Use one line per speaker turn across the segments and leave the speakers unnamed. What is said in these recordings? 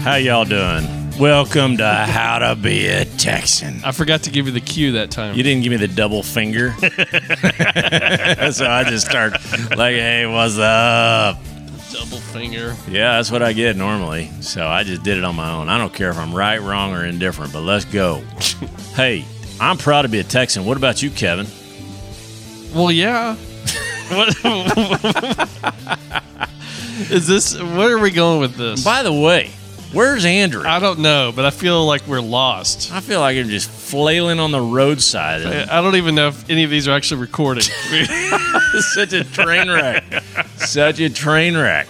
How y'all doing? Welcome to How to Be a Texan.
I forgot to give you the cue that time.
You didn't give me the double finger. so I just start like, hey, what's up?
Double finger.
Yeah, that's what I get normally. So I just did it on my own. I don't care if I'm right, wrong, or indifferent, but let's go. hey, I'm proud to be a Texan. What about you, Kevin?
Well, yeah. What- Is this where are we going with this?
By the way, where's Andrew?
I don't know, but I feel like we're lost.
I feel like I'm just flailing on the roadside.
I I don't even know if any of these are actually recorded.
Such a train wreck. Such a train wreck.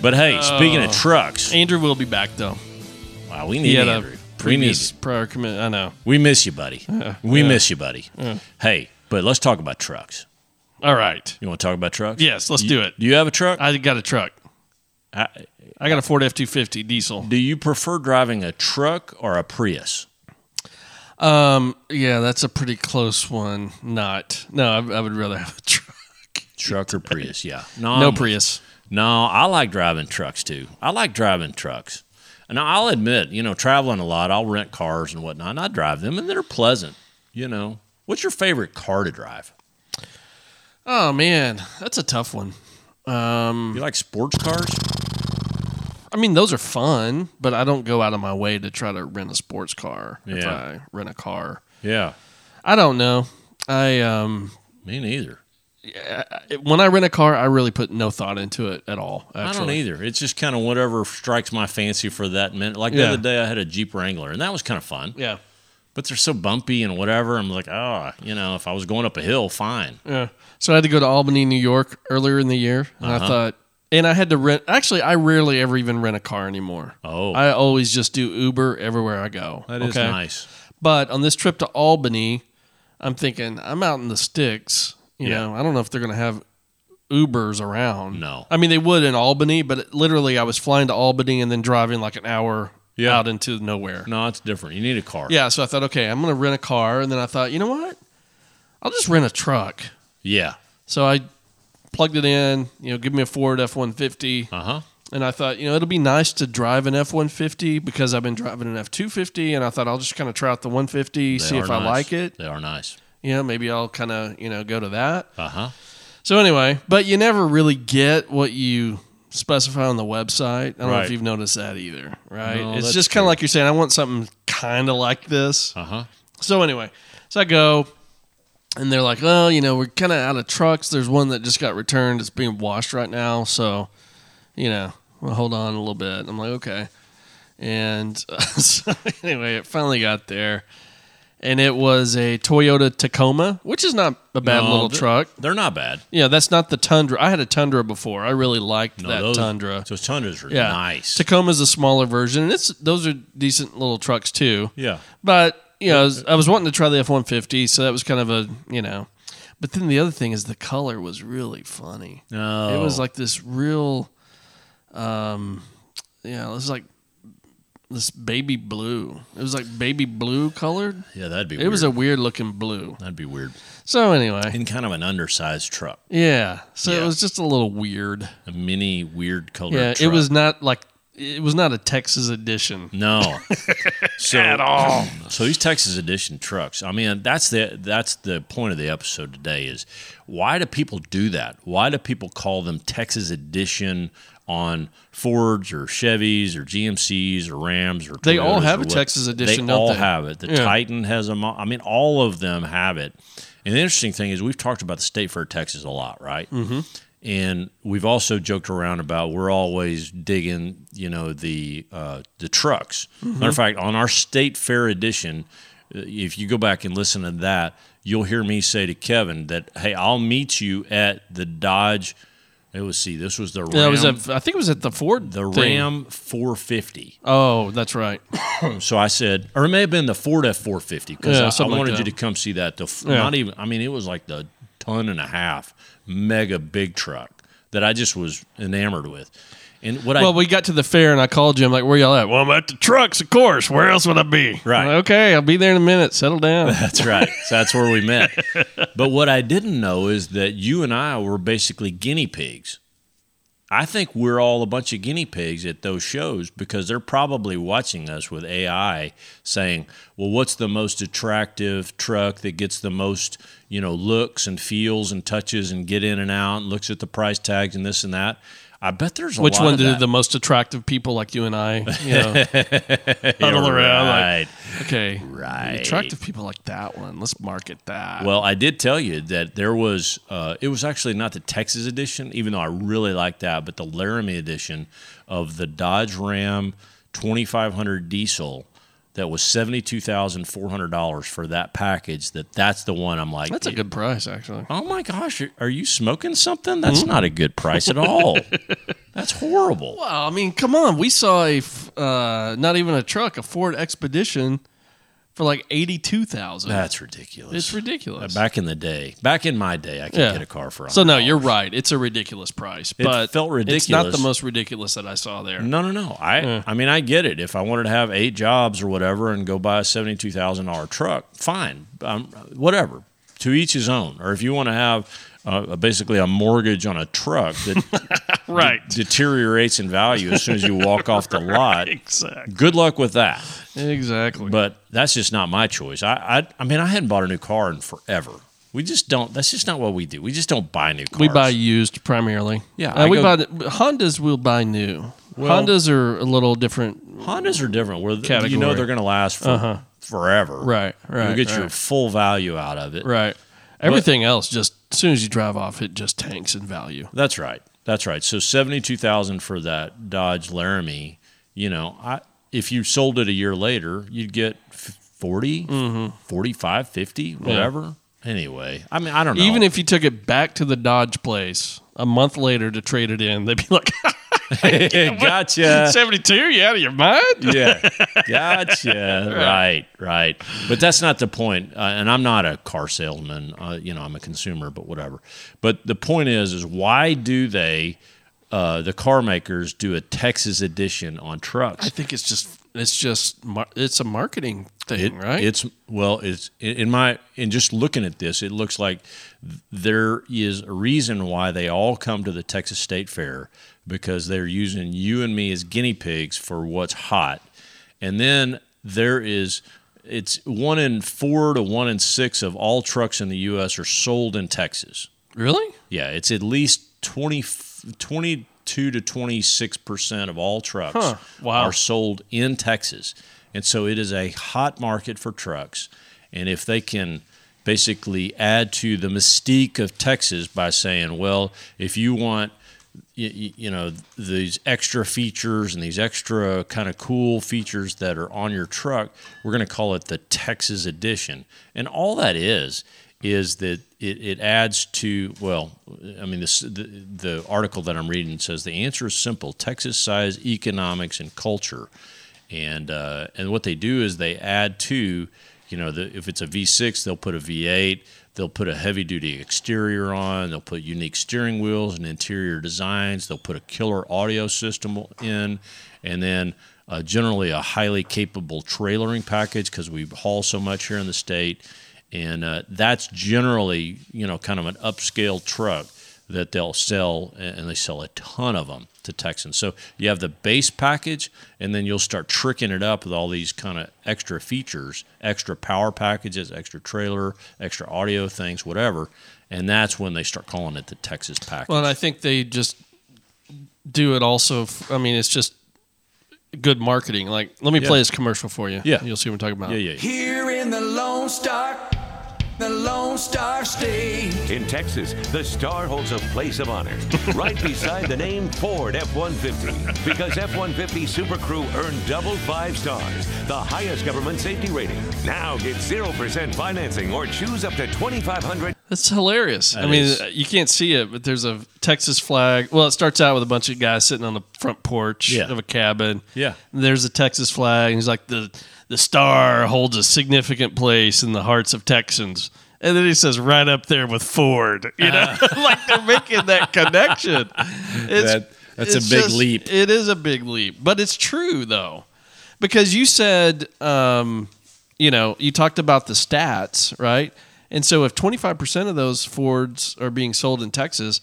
But hey, speaking of
Oh.
trucks,
Andrew will be back though.
wow, we
He
need
had
Andrew. We,
a
need,
previous prior commit. I know.
we miss you, buddy. we
yeah.
miss you, buddy. Hey, but let's talk about trucks.
All right.
You want to talk about trucks?
Yes, let's
You-
do it.
Do you have a truck?
I got a truck.
I-
I got a Ford F two fifty diesel.
do you prefer driving a truck or a Prius?
Um, yeah, that's a pretty close one. Not. No, I, I would rather have a truck.
Truck or Prius? Yeah. No,
No
I'm-
Prius.
No, I like driving trucks too. I like driving trucks. Now I'll admit, you know, traveling a lot, I'll rent cars and whatnot, and I drive them, and they're pleasant. You know, what's your favorite car to drive?
Oh man, that's a tough one.
You like sports cars?
I mean, those are fun, but I don't go out of my way to try to rent a sports car. If
Yeah.
I rent a car,
Yeah,
I don't know. I um,
me neither.
it- when I rent a car, I really put no thought into it at all.
I
Actually,
don't either. It's just kind of whatever strikes my fancy for that minute. Like the
Yeah.
other day, I had a Jeep Wrangler, and that was kind of fun.
yeah,
But they're so bumpy and whatever. I'm like, oh, you know, if I was going up a hill, fine.
yeah. So I had to go to Albany, New York, earlier in the year, and
Uh-huh.
I thought, and I had to rent. Actually, I rarely ever even rent a car anymore.
Oh.
I always just do Uber everywhere I go.
That is
okay?
nice.
But on this trip to Albany, I'm thinking I'm out in the sticks. You
Yeah.
know, I don't know if they're going to have Ubers around.
No.
I mean they would in Albany, but it- literally I was flying to Albany and then driving like an hour
Yeah.
out into nowhere.
No, it's different. You need a car.
Yeah, so I thought, okay, I'm going to rent a car, and then I thought, you know what? I'll just rent a truck.
Yeah.
So I plugged it in. You know, give me a Ford F150.
Uh huh.
And I thought, you know, it'll be nice to drive an F 150 because I've been driving an F 250. And I thought I'll just kind of try out the 150, see if I like it.
They are nice.
You know, maybe I'll kind of, you know, go to that.
Uh huh.
So, anyway, but you never really get what you specify on the website. I don't know
Right.
if you've noticed that either, right?
No,
it's
that's
just kind of like you're saying, I want something kind of like this.
Uh huh.
So, anyway, so I go and they're like, oh, you know, we're kind of out of trucks. There's one that just got returned. It's being washed right now. So, you know, we'll hold on a little bit. I'm like, okay. And uh, so anyway, it finally got there. And it was a Toyota Tacoma, which is not a bad
No,
little
th-
truck.
They're not bad.
Yeah, that's not the Tundra. I had a Tundra before. I really liked
No,
that
those,
Tundra.
Those Tundras are
Yeah,
nice.
Tacoma's a smaller version, and it's those are decent little trucks too.
yeah.
But you know, I was, I was wanting to try the F one fifty, so that was kind of a you know. But then the other thing is the color was really funny.
No.
It was like this real, um, yeah, it was like this baby blue. It was like baby blue colored.
yeah, that'd be
It
weird.
was a weird looking blue.
that'd be weird.
So anyway,
In kind of an undersized truck,
yeah. So
Yeah.
it was just a little weird.
a mini weird colored.
Yeah,
truck.
it was not like it was not a Texas edition.
no. so, At all. So these Texas edition trucks. I mean, that's the that's the point of the episode today is why do people do that? Why do people call them Texas edition on Fords or Chevys or GMCs or Rams or
They all
Toyotas
have
or
a
what-
Texas edition,
They
don't
all
they?
have it. The
Yeah.
Titan has them. all- I mean, all of them have it. And the interesting thing is, we've talked about the state fair of Texas a lot, right? Mm-hmm. And we've also joked around about we're always digging, you know, the uh, the trucks.
Mm-hmm.
Matter of fact, on our state fair edition, uh, if you go back and listen to that, you'll hear me say to Kevin that, "Hey, I'll meet you at the Dodge." It was see, this was the Ram,
Yeah, it was at, I think it was at the Ford.
the
thing.
Ram 450.
Oh, that's right.
So I said, or it may have been the Ford F four fifty because I,
Yeah, something like
wanted you
that.
to come see that. The f
Yeah.
not even, I mean, it was like the ton and a half mega big truck that I just was enamored with. And what
Well,
I
we got to the fair and I called you. I'm like, "Where y'all at?" Well, I'm at the trucks, of course. Where else would I be?
Right.
I'm like, okay, I'll be there in a minute. Settle down.
that's right, so that's where we met. But what I didn't know is that you and I were basically guinea pigs. I think we're all a bunch of guinea pigs at those shows because they're probably watching us with AI saying, "Well, what's the most attractive truck that gets the most, you know, looks and feels and touches and get in and out and looks at the price tags and this and that." I bet there's a
Which
lot
one
of
do
that.
the most attractive people like you and I, you know, huddle around?
right.
like, okay,
Right.
Attractive people like that one. Let's market that.
Well, I did tell you that there was. Uh, it was actually not the Texas edition, even though I really like that, but the Laramie edition of the Dodge Ram 2500 diesel that was seventy two thousand four hundred dollars for that package. That that's the one I'm like.
That's a good price, actually.
Oh my gosh, are- are you smoking something? That's
Hmm.
not a good price at all. that's horrible.
Well, I mean, come on. We saw a f- uh, not even a truck, a Ford Expedition, for like eighty two thousand.
That's ridiculous.
It's ridiculous.
Back in the day, back in my day, I could
Yeah.
get a car for.
so no,
$100.
you're right. It's a ridiculous price,
It
but
felt
It's not the
ridiculous.
most ridiculous that I saw there.
No, no, no. I I mean, I get it. If I wanted to have eight jobs or whatever and go buy a seventy-two thousand dollar truck, fine. Um, whatever. To each his own. Or if you want to have uh, basically a mortgage on a truck that
Right.
deteriorates in value as soon as you walk off the lot,
Exactly.
good luck with that.
Exactly.
But that's just not my choice. I I, I mean, I hadn't bought a new car in forever. We just don't. That's just not what we do. We just don't buy new cars.
we buy used primarily.
Yeah,
Uh,
I
we
go-
buy Hondas. We'll buy new.
Well-
Hondas are a little different.
Hondas are different. Where th- you know
Category. Uh-huh.
they're going to last for forever.
Right. Right.
you get
right,
your full value out of it.
right. Everything else, just as soon as you drive off, it just tanks in value.
That's right. That's right. So seventy-two thousand for that Dodge Laramie. You know, I if you sold it a year later, you'd get f- 40,
Mm-hmm.
45, 50, whatever. Anyway, I mean, I don't know.
Even if you took it back to the Dodge place a month later to trade it in, they'd be like,
gotcha.
72, Uh, you out of your mind?
yeah, gotcha. Right, right. But that's not the point. Uh, and I'm not a car salesman. Uh, you know, I'm a consumer, but whatever. But the point is, is why do they, uh, the car makers, do a Texas edition on trucks?
I think it's just, it's just, mar- it's a marketing thing, right?
It's well, it's in my in just looking at this, it looks like there is a reason why they all come to the Texas State Fair because they're using you and me as guinea pigs for what's hot. And then there is it's one in 4 to one in 6 of all trucks in the US are sold in Texas.
really?
Yeah, it's at least 20, 22 to 26% of all trucks
Huh, wow.
are sold in Texas. And so it is a hot market for trucks. And if they can basically add to the mystique of Texas by saying, well, if you want you, you know these extra features and these extra kind of cool features that are on your truck we're going to call it the texas edition and all that is is that it, it adds to well i mean this, the, the article that i'm reading says the answer is simple texas size economics and culture and uh, and what they do is they add to you know the, if it's a v6 they'll put a v8 they'll put a heavy duty exterior on they'll put unique steering wheels and interior designs they'll put a killer audio system in and then uh, generally a highly capable trailering package because we haul so much here in the state and uh, that's generally you know kind of an upscale truck that they'll sell and they sell a ton of them to Texans. So you have the base package and then you'll start tricking it up with all these kind of extra features, extra power packages, extra trailer, extra audio things, whatever. And that's when they start calling it the Texas package.
Well, and I think they just do it also. F- I mean, it's just good marketing. Like, let me play this commercial for you.
Yeah.
You'll see what I'm talking about.
yeah, yeah. yeah.
Here in the Lone Star, the Lone Star State.
In Texas, the star holds a place of honor right beside the name Ford F 150 because F 150 Super Crew earned double five stars, the highest government safety rating. Now get 0% financing or choose up to 2500
That's hilarious. I
That
mean,
is-
you can't see it, but there's a Texas flag. Well, it starts out with a bunch of guys sitting on the front porch
Yeah.
of a cabin.
Yeah.
And there's a Texas flag, and he's like, the, the star holds a significant place in the hearts of Texans. And then he says, right up there with Ford. You know,
Uh-huh.
like they're making that connection. It's,
That- that's a big leap.
It is a big leap, but it's true, though, because you said, um, you know, you talked about the stats, right? And so if 25% of those Fords are being sold in Texas,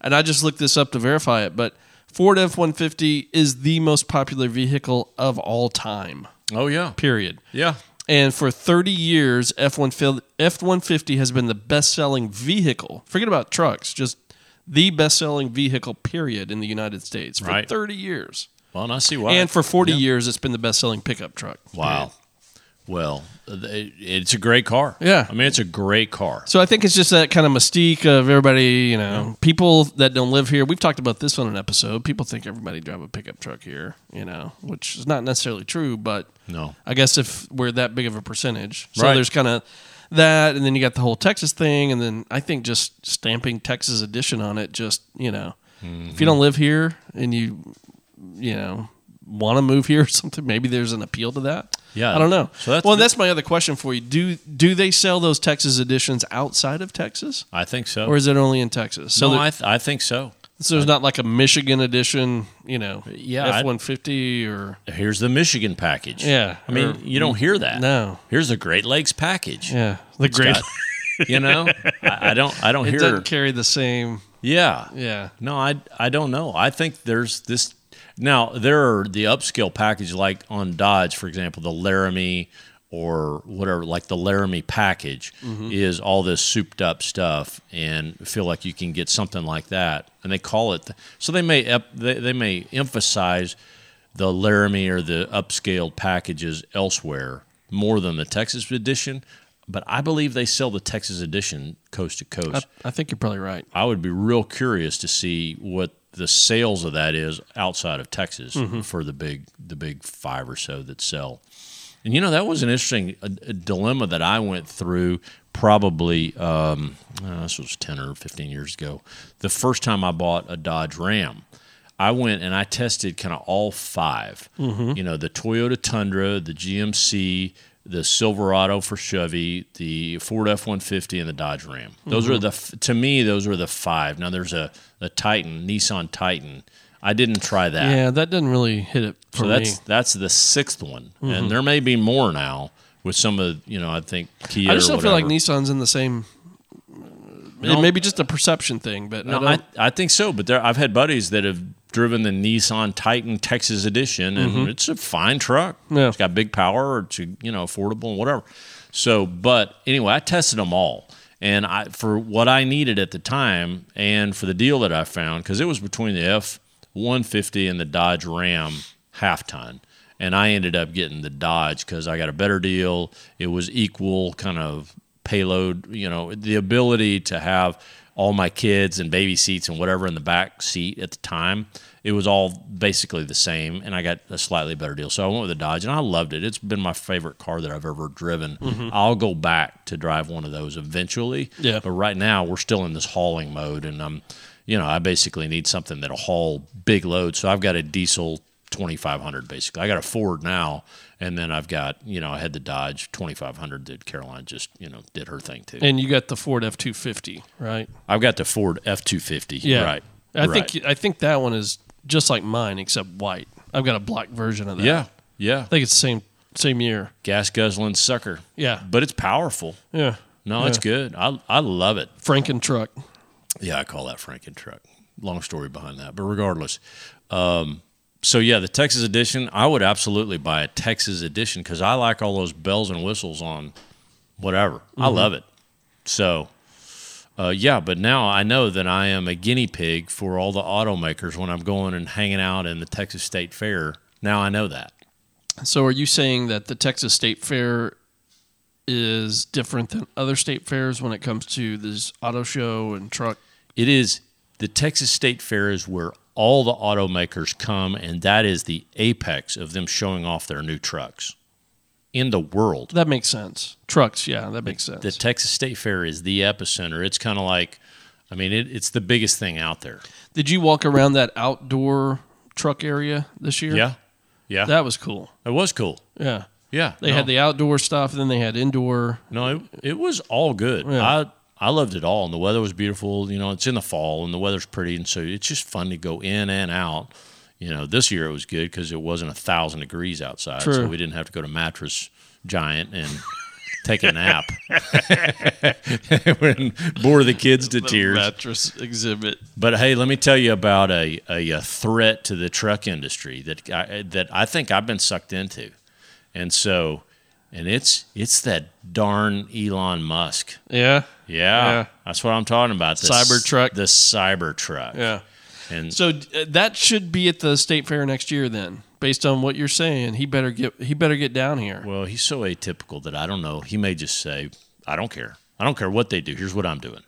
and I just looked this up to verify it, but Ford F 150 is the most popular vehicle of all time,
Oh yeah,
period.
yeah.
And for 30 years, F 150 has been the best selling vehicle. Forget about trucks, just the best selling vehicle, period, in the United States for
Right.
30 years.
Well, and I see why.
And for 40 years, it's been the best selling pickup truck.
wow. Well, it, it's a great car.
Yeah.
I mean, it's a great car.
So I think it's just that kind of mystique of everybody, you know, people that don't live here. We've talked about this on an episode. People think everybody drive a pickup truck here, you know, which is not necessarily true, but
No.
I guess if we're that big of a percentage. So
Right.
there's kind of that and then you got the whole Texas thing and then I think just stamping Texas edition on it just, you know, if
Mm-hmm.
you don't live here and you you know, want to move here or something, maybe there's an appeal to that.
Yeah.
I don't know.
So that's
well,
the-
that's my other question for you. Do do they sell those Texas editions outside of Texas,
I think so.
or is it only in Texas? So,
no,
there-
I, th- I think so.
so there's not like a Michigan edition, you know,
Yeah, I-
F one fifty or
Here's the Michigan package.
Yeah,
I mean,
or-
you don't hear that.
no.
Here's the Great Lakes package.
yeah, the great.
Got- you know, I, I don't. I don't
It
hear.
doesn't carry the same.
Yeah.
Yeah,
No, I I don't know. I think there's this now there are the upscale package like on Dodge, for example, the Laramie or whatever, like the Laramie package is all this souped up stuff and feel like you can get something like that. And they call it th- so they may ep, they, they may emphasize the Laramie or the upscaled packages elsewhere more than the Texas edition. But I believe they sell the Texas edition coast to coast.
I, I think you're probably right.
I would be real curious to see what the sales of that is outside of Texas for the big the big five or so that sell. And you know that was an interesting uh uh, dilemma that I went through. Probably um, uh, this was ten or fifteen years ago. The first time I bought a Dodge Ram, I went and I tested kind of all 5 You know, the Toyota Tundra, the GMC, the Silverado for Chevy, the Ford F one fifty, and the Dodge Ram. Those are the f- to me those are the five. Now there's a a Titan Nissan Titan. I didn't try that.
Yeah, that doesn't really hit it
Ah. So
for me. Mm-hmm.
that's that's the sixth one, and there may be more now with some of you know I think Kia.
I just
or
don't feel like
whatever.
Nissan's in the same.
No.
It may be just a perception thing, but I
No,
don't,
I, I think so, but there I've had buddies that have driven the Nissan Titan Texas Edition, and it's a fine truck.
Mm-hmm. Yeah.
It's got big power, it's you know affordable and whatever. So, but anyway, I tested them all, and I for what I needed at the time, and for the deal that I found, because it was between the F one fifty and the Dodge Ram half ton. And I ended up getting the Dodge because I got a better deal. It was equal kind of payload, you know, the ability to have all my kids and baby seats and whatever in the back seat at the time. It was all basically the same, and I got a slightly better deal. So I went with the Dodge, and I loved it. It's been my favorite car that I've ever driven. I'll go back to drive one of those eventually.
Yeah.
But right now, we're still in this hauling mode, and I'm, you know, I basically need something that'll haul big loads. So I've got a diesel 2500 basically. I got a Ford now, and then I've got, you know, I had the Dodge 2500 that Caroline just, you know, did her thing too.
and you got the Ford F two fifty, right?
I've got the Ford F two fifty. Right.
I
Right.
think I think that one is just like mine, except white. I've got a black version of that.
Yeah. Yeah.
I think it's the same same year.
Gas guzzling sucker.
Yeah.
But it's powerful.
Yeah,
No, it's good. I I love it.
Franken truck.
Yeah, I call that Franken truck. Long story behind that, but regardless, um, so yeah, the Texas edition. I would absolutely buy a Texas edition because I like all those bells and whistles on whatever. I love it. So, uh, yeah, but now I know that I am a guinea pig for all the automakers when I'm going and hanging out in the Texas State Fair. Now I know that.
So are you saying that the Texas State Fair is different than other state fairs when it comes to this auto show and truck?
It is the Texas State Fair is where all the automakers come, and that is the apex of them showing off their new trucks in the world.
That makes sense. Trucks, yeah, that makes sense.
The Texas State Fair is the epicenter. It's kind of like, I mean, it, it's the biggest thing out there.
Did you walk around that outdoor truck area this year?
Yeah, yeah,
That was cool.
it was cool.
Yeah.
Yeah,
They
no.
had the outdoor stuff, and then they had indoor.
No, it, it was all good. I I loved it all, and the weather was beautiful. You know, it's in the fall, and the weather's pretty, and so it's just fun to go in and out. You know, this year it was good because it wasn't a thousand degrees outside, so
True.
we didn't have to go to Mattress Giant and take a nap and bore the kids to tears.
mattress exhibit.
But hey, let me tell you about a, a, a threat to the truck industry that I, that I think I've been sucked into, and so, and it's it's that darn Elon Musk.
Yeah.
Yeah,
Yeah.
that's what I'm talking about. The s-
Cybertruck.
the Cybertruck.
Yeah.
and
So uh, that should be at the state fair next year then. Based on what you're saying, he better get he better get down here.
well, he's so atypical that I don't know. He may just say, "I don't care. I don't care what they do. Here's what I'm doing."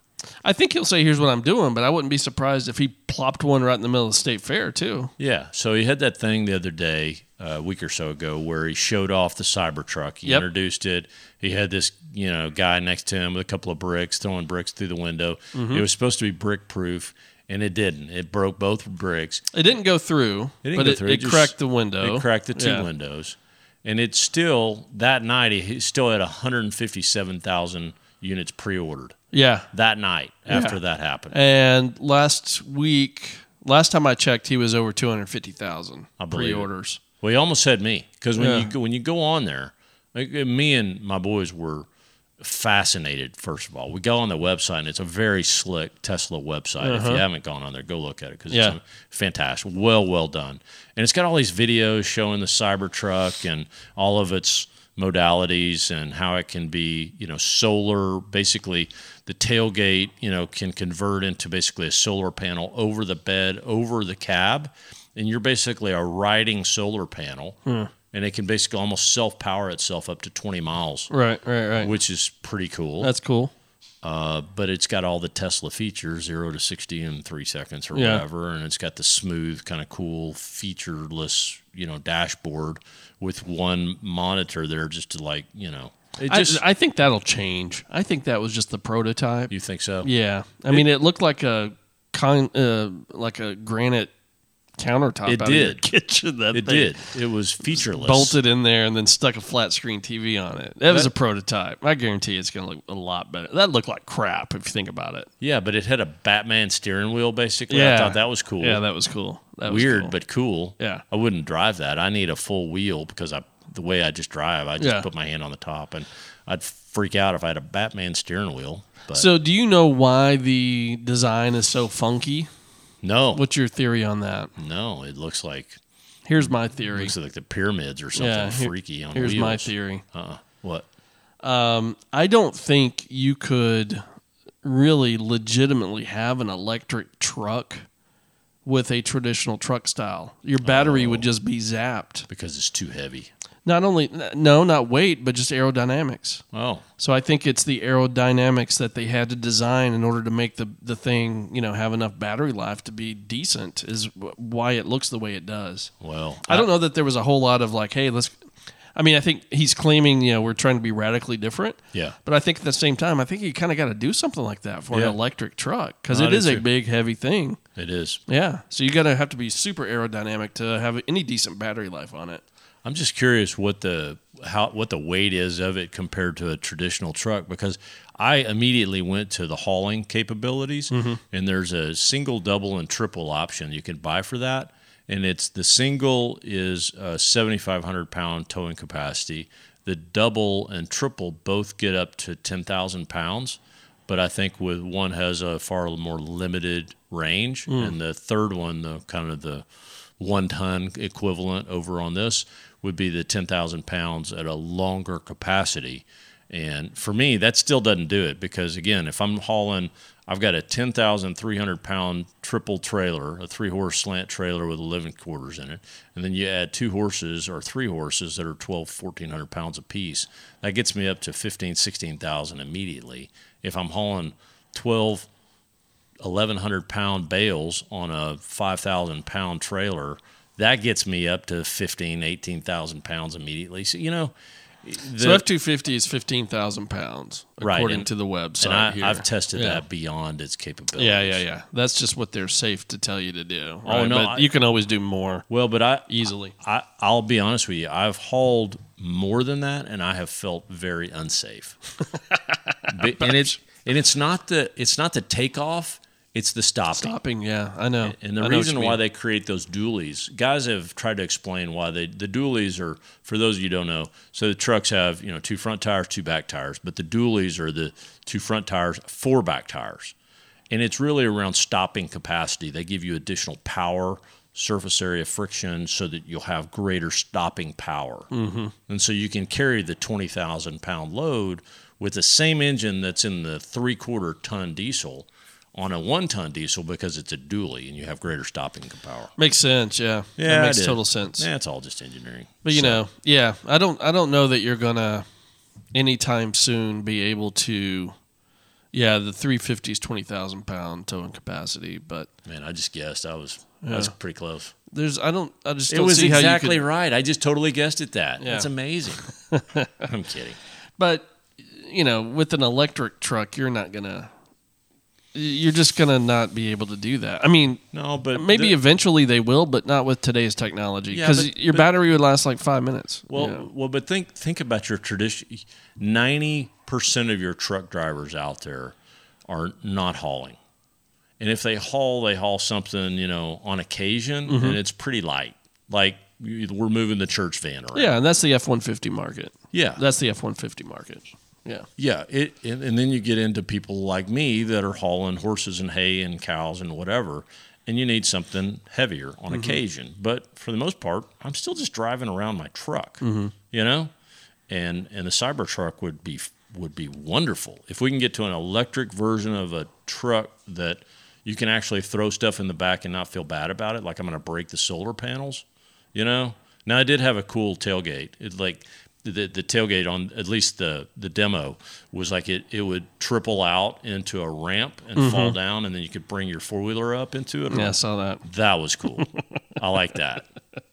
I think he'll say, "Here's what I'm doing," but I wouldn't be surprised if he plopped one right in the middle of the state fair too.
Yeah. So he had that thing the other day, a week or so ago, where he showed off the Cybertruck. He
Yep.
introduced it. He had this, you know, guy next to him with a couple of bricks throwing bricks through the window.
Mm-hmm.
It was supposed to be brick proof, and it didn't. It broke both bricks.
It didn't go through,
It didn't
but
go
it,
through.
it
just-
cracked the window.
It cracked the two
Yeah.
windows, and it's still that night. He he still had 157,000 units pre-ordered
Yeah.
that night after that happened.
And last week, last time I checked, he was over two hundred fifty thousand
I believe it.
pre-orders.
Well, you almost had me because when
Yeah.
you go, when you go on there, like, uh, me and my boys were fascinated. First of all, we go on the website and it's a very slick Tesla website. If you haven't gone on there, go look at it because
Uh-huh. Yeah.
it's fantastic, well, well done, and it's got all these videos showing the Cybertruck and all of its modalities and how it can be, you know, solar. Basically, the tailgate, you know, can convert into basically a solar panel over the bed, over the cab, and you're basically a riding solar panel, and it can basically almost self power itself up to 20 miles,
Right, right, right.
which is pretty cool.
That's cool.
Uh, but it's got all the Tesla features, zero to 60 in three seconds or
Yeah.
whatever. And it's got the smooth, kind of cool, featureless, you know, dashboard with one monitor there just to like, you know, it just,
I, I think that'll change. I think that was just the prototype.
you think so?
yeah, I mean, it looked like a con, uh, like a granite countertop.
It
out of your
did.
kitchen. That
It
thing.
did. It was featureless.
bolted in there and then stuck a flat screen TV on it. That was a prototype. I guarantee it's going to look a lot better. That looked like crap if you think about it.
Yeah, but it had a Batman steering wheel basically. I
Yeah.
thought that was cool.
Yeah, that was cool. That was
Weird,
cool.
but cool.
Yeah.
I wouldn't drive that. I need a full wheel because I, the way I just drive, I just
Yeah.
put my hand on the top and I'd freak out if I had a Batman steering wheel. But
so do you know why the design is so funky?
no.
What's your theory on that?
No, it looks like
Here's my theory.
looks like the pyramids or something
Yeah, here-
freaky on
here's
wheels.
my theory.
Uh-uh. What?
I don't think you could really legitimately have an electric truck with a traditional truck style. Your battery
Oh.
would just be zapped.
Because it's too heavy.
Not only no, not weight, but just aerodynamics.
Oh,
So I think it's the aerodynamics that they had to design in order to make the the thing you know have enough battery life to be decent is wh- why it looks the way it does.
well.
I don't know that there was a whole lot of like, hey, let's. I mean, I think he's claiming you know we're trying to be radically different.
Yeah.
But I think at the same time, I think you kind of got to do something like that for
Yeah.
an electric truck because
No, I
it
do
is a
too.
big heavy thing.
It is.
Yeah. So you got to have to be super aerodynamic to have any decent battery life on it.
I'm just curious what the how what the weight is of it compared to a traditional truck because I immediately went to the hauling capabilities
Mm-hmm.
and there's a single, double, and triple option you can buy for that. And it's the single is a 7,500 pound towing capacity. The double and triple both get up to 10,000 pounds, but I think with one has a far more limited range, and the third one, the kind of the one ton equivalent over on this would be the 10,000 pounds at a longer capacity. And for me, that still doesn't do it because, again, if I'm hauling, I've got a 10,300 pound triple trailer, a three horse slant trailer with 11 quarters in it. And then you add two horses or three horses that are 12, 1,400 pounds apiece. That gets me up to 15, 16,000 immediately. If I'm hauling 12, 1100 pound bales on a 5000 pound trailer that gets me up to 15 18000 pounds immediately so you know the,
so F two fifty is fifteen thousand pounds
Right,
according
and-
to the website.
and I,
here.
i've tested
Yeah.
that beyond its capabilities
Yeah, yeah, yeah. That's just what they're safe to tell you to do.
Oh,
right?
no,
But
I-
you can always do more
well but i
easily.
I, I'll be honest with you. I've hauled more than that, and I have felt very unsafe. Be- and it's and it's not the it's not the takeoff. It's the stopping.
Stopping, yeah, I know.
And the
I know what
reason
you
why
mean.
they create those dualies, guys have tried to explain why they the dualies are. For those of you who don't know, so the trucks have you know two front tires, two back tires, but the dualies are the two front tires, four back tires, and it's really around stopping capacity. They give you additional power, surface area friction, so that you'll have greater stopping power, mm-hmm. and so you can carry the twenty thousand pound load with the same engine that's in the three quarter ton diesel on a one ton diesel because it's a dually and you have greater stopping power.
makes sense. Yeah, that
I
makes
did.
total sense.
Yeah, it's all just engineering.
But you
So,
know, yeah, I don't, I don't know that you're gonna anytime soon be able to. Yeah, the 350 is 20,000 pound towing capacity, but
man, I just guessed. I was I was pretty close.
there's, I don't, I just
It
don't
was
see how
exactly
you could,
right. I just totally guessed at that.
Yeah.
That's amazing. I'm kidding.
but you know, with an electric truck, you're not gonna, you're just gonna not be able to do that. I mean,
No, but
maybe
the-
eventually they will, but not with today's technology
Yeah,
because
but-
your
but-
battery would last like five minutes. you
Well,
know.
well, but think think about your tradition. Ninety percent of your truck drivers out there are not hauling, and if they haul, they haul something you know on occasion, and it's pretty light. Like you- we're moving the church van around.
yeah, and that's the F one fifty market.
yeah,
That's the F one fifty market. Yeah,
yeah. It and, and then you get into people like me that are hauling horses and hay and cows and whatever, and you need something heavier on occasion. But for the most part, I'm still just driving around my truck. You know, and and the Cybertruck would be would be wonderful if we can get to an electric version of a truck that you can actually throw stuff in the back and not feel bad about it. Like I'm going to break the solar panels, you know. Now I did have a cool tailgate. It like the the tailgate on at least the the demo was like it it would triple out into a ramp and fall down, and then you could bring your four wheeler up into it.
yeah, I saw that.
That was cool. I like that.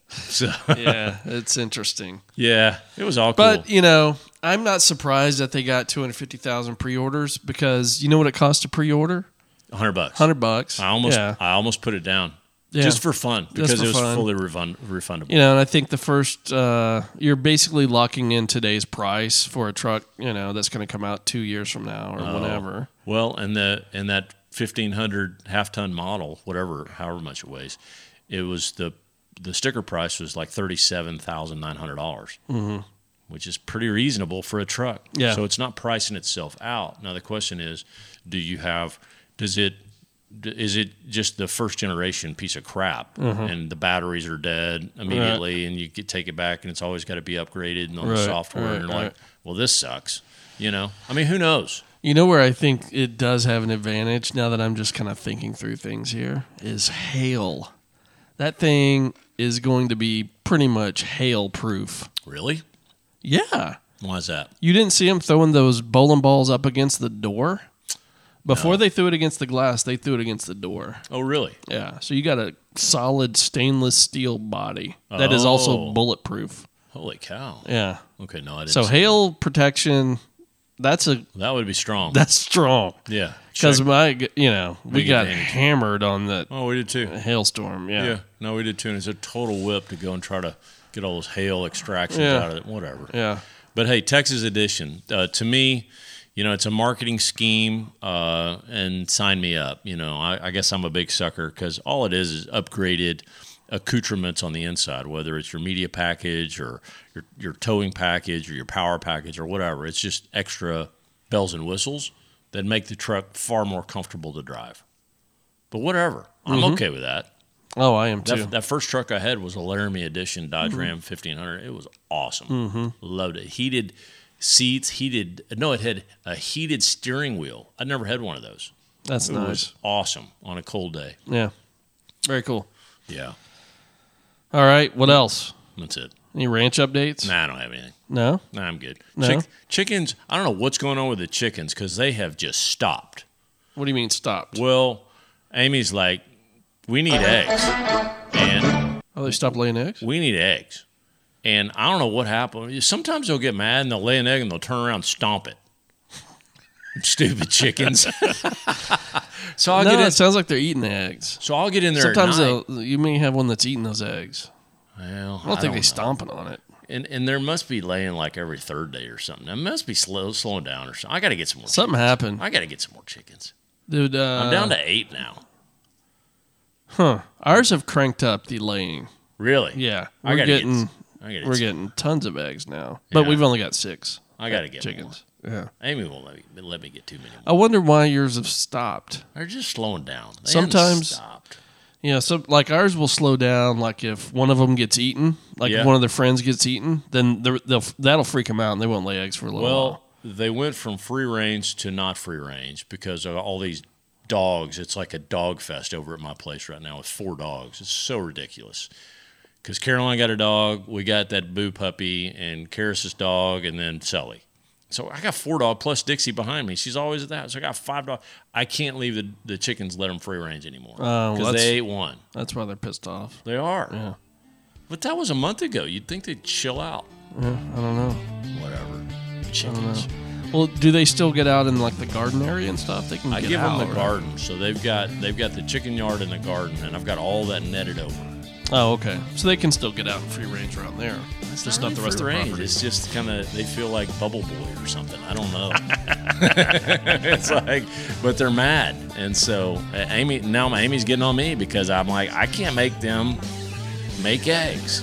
So
yeah, it's interesting.
yeah, it was all cool.
But you know, I'm not surprised that they got 250,000 pre-orders because you know what it costs to pre-order?
Hundred bucks.
100 bucks.
I almost
yeah.
I almost put it down
Yeah.
just for fun because
for
it was
fun.
fully refund, refundable.
you know, and I think the first uh, you're basically locking in today's price for a truck, you know, that's going to come out 2 years from now or
Oh.
whenever.
Well, and the and that fifteen hundred half ton model, whatever, however much it weighs, it was the the sticker price was like thirty seven thousand nine hundred dollars, which is pretty reasonable for a truck.
Mm-hmm. Yeah.
So it's not pricing itself out. Now the question is, do you have? Does it? d- Is it just the first generation piece of crap,
Mm-hmm.
and the batteries are dead immediately, and you get, take it back, and it's always got to be upgraded and all
Right,
the software,
right,
and you're
right.
like, well, this sucks, you know? I mean, who knows?
You know where I think it does have an advantage now that I'm just kind of thinking through things here is hail. That thing is going to be pretty much hail proof.
Really?
Yeah.
Why is that?
You didn't see him throwing those bowling balls up against the door? Before they threw it against the glass, they threw it against the door.
Oh, really?
Yeah. So you got a solid stainless steel body that is also
Oh.
bulletproof.
Holy cow!
Yeah.
Okay, no, I didn't.
So
see-
hail protection that's a
that would be strong.
that's strong.
yeah,
Cuz
Check.
my you know, we
Big
got
advantage.
hammered on that
oh, we did too.
hailstorm. Yeah.
Yeah, no, we did too. And it's a total whip to go and try to get all those hail extractions
Yeah.
out of it. Whatever.
Yeah.
But hey, Texas edition. Uh, to me, you know, it's a marketing scheme, uh, and sign me up. You know, I, I guess I'm a big sucker because all it is is upgraded accoutrements on the inside, whether it's your media package or your your towing package or your power package or whatever. It's just extra bells and whistles that make the truck far more comfortable to drive. But whatever, I'm okay with that.
Oh, I am too. Mm-hmm.
That, that first truck I had was a Laramie Edition Dodge Ram 1500. It was awesome. Loved it. Heated seats, heated. No, it had a heated steering wheel. I never had one of those.
that's
It
nice.
was awesome on a cold day.
Yeah. Very cool.
Yeah,
All right, what else?
that's it.
Any ranch updates?
Nah, I don't have anything.
No.
Nah, I'm good.
No?
chickens. I don't know what's going on with the chickens because they have just stopped.
What do you mean stopped?
Well, Amy's like, we need eggs, and
Oh, they stopped laying eggs?
we need eggs. And I don't know what happened. Sometimes they'll get mad and they'll lay an egg and they'll turn around and stomp it. Stupid chickens. so I'll
no,
get in.
it sounds like they're eating the eggs.
So I'll get in there.
Sometimes
at night.
they'll, you may have one that's eating those eggs.
Well,
I don't think they
know.
stomping on it.
And, and there must be laying like every third day or something. That must be slow, slowing down or something. I got to get some more.
Something
chickens.
happened.
I got to get some more chickens.
Dude, uh,
I'm down to eight now.
Huh. Ours have cranked up the laying.
Really?
Yeah.
I
We're
gotta get-
getting
I gotta
we're
get-
getting tons of eggs now. But
Yeah.
we've only got six
I gotta get
chickens. Yeah.
More. Amy won't let me let me get too many. More.
I wonder why yours have stopped.
They're just slowing down. They
Sometimes-
haven't stopped.
Yeah, so like ours will slow down. Like if one of them gets eaten, like
Yeah.
if one of their friends gets eaten, then they're- they'll that'll freak them out and they won't lay eggs for a little
Well,
while.
they went from free range to not free range because of all these dogs. It's like a dog fest over at my place right now with four dogs. It's so ridiculous. Because Caroline got a dog, we got that boo puppy, and Karis's dog, and then Sally. So I got four dog plus Dixie behind me. She's always at that. So I got five dog. I can't leave the, the chickens let them free range anymore
Oh, well,
because
that's-
they ate one.
That's why they're pissed off.
They are. But that was a month ago. You'd think they'd chill out.
I don't know.
Whatever. Chickens.
Well, do they still get out in like the garden area and stuff? They can.
I
get
give
out,
them the
right?
garden, so they've got they've got the chicken yard and the garden, and I've got all that netted over.
Oh, okay. So they can still get out and free range around there. It's just not the rest of the
Free range.
property.
It's just kind of they feel like bubble boy or something. I don't know. it's like, but they're mad, and so uh, Amy now my Amy's getting on me because I'm like I can't make them make eggs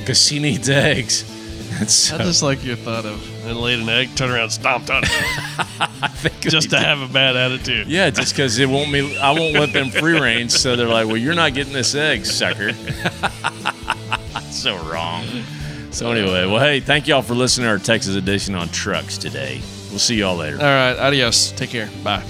because she needs eggs. And so
I just like your thought of they laid an egg, turned around, stomped on it, just to have a bad attitude.
Yeah, just because it won't be, I won't let them free range. So they're like, "Well, you're not getting this egg, sucker." so wrong. So anyway, well, hey, thank y'all for listening to our Texas edition on trucks today. We'll see y'all later.
All right, adios. Take care. Bye.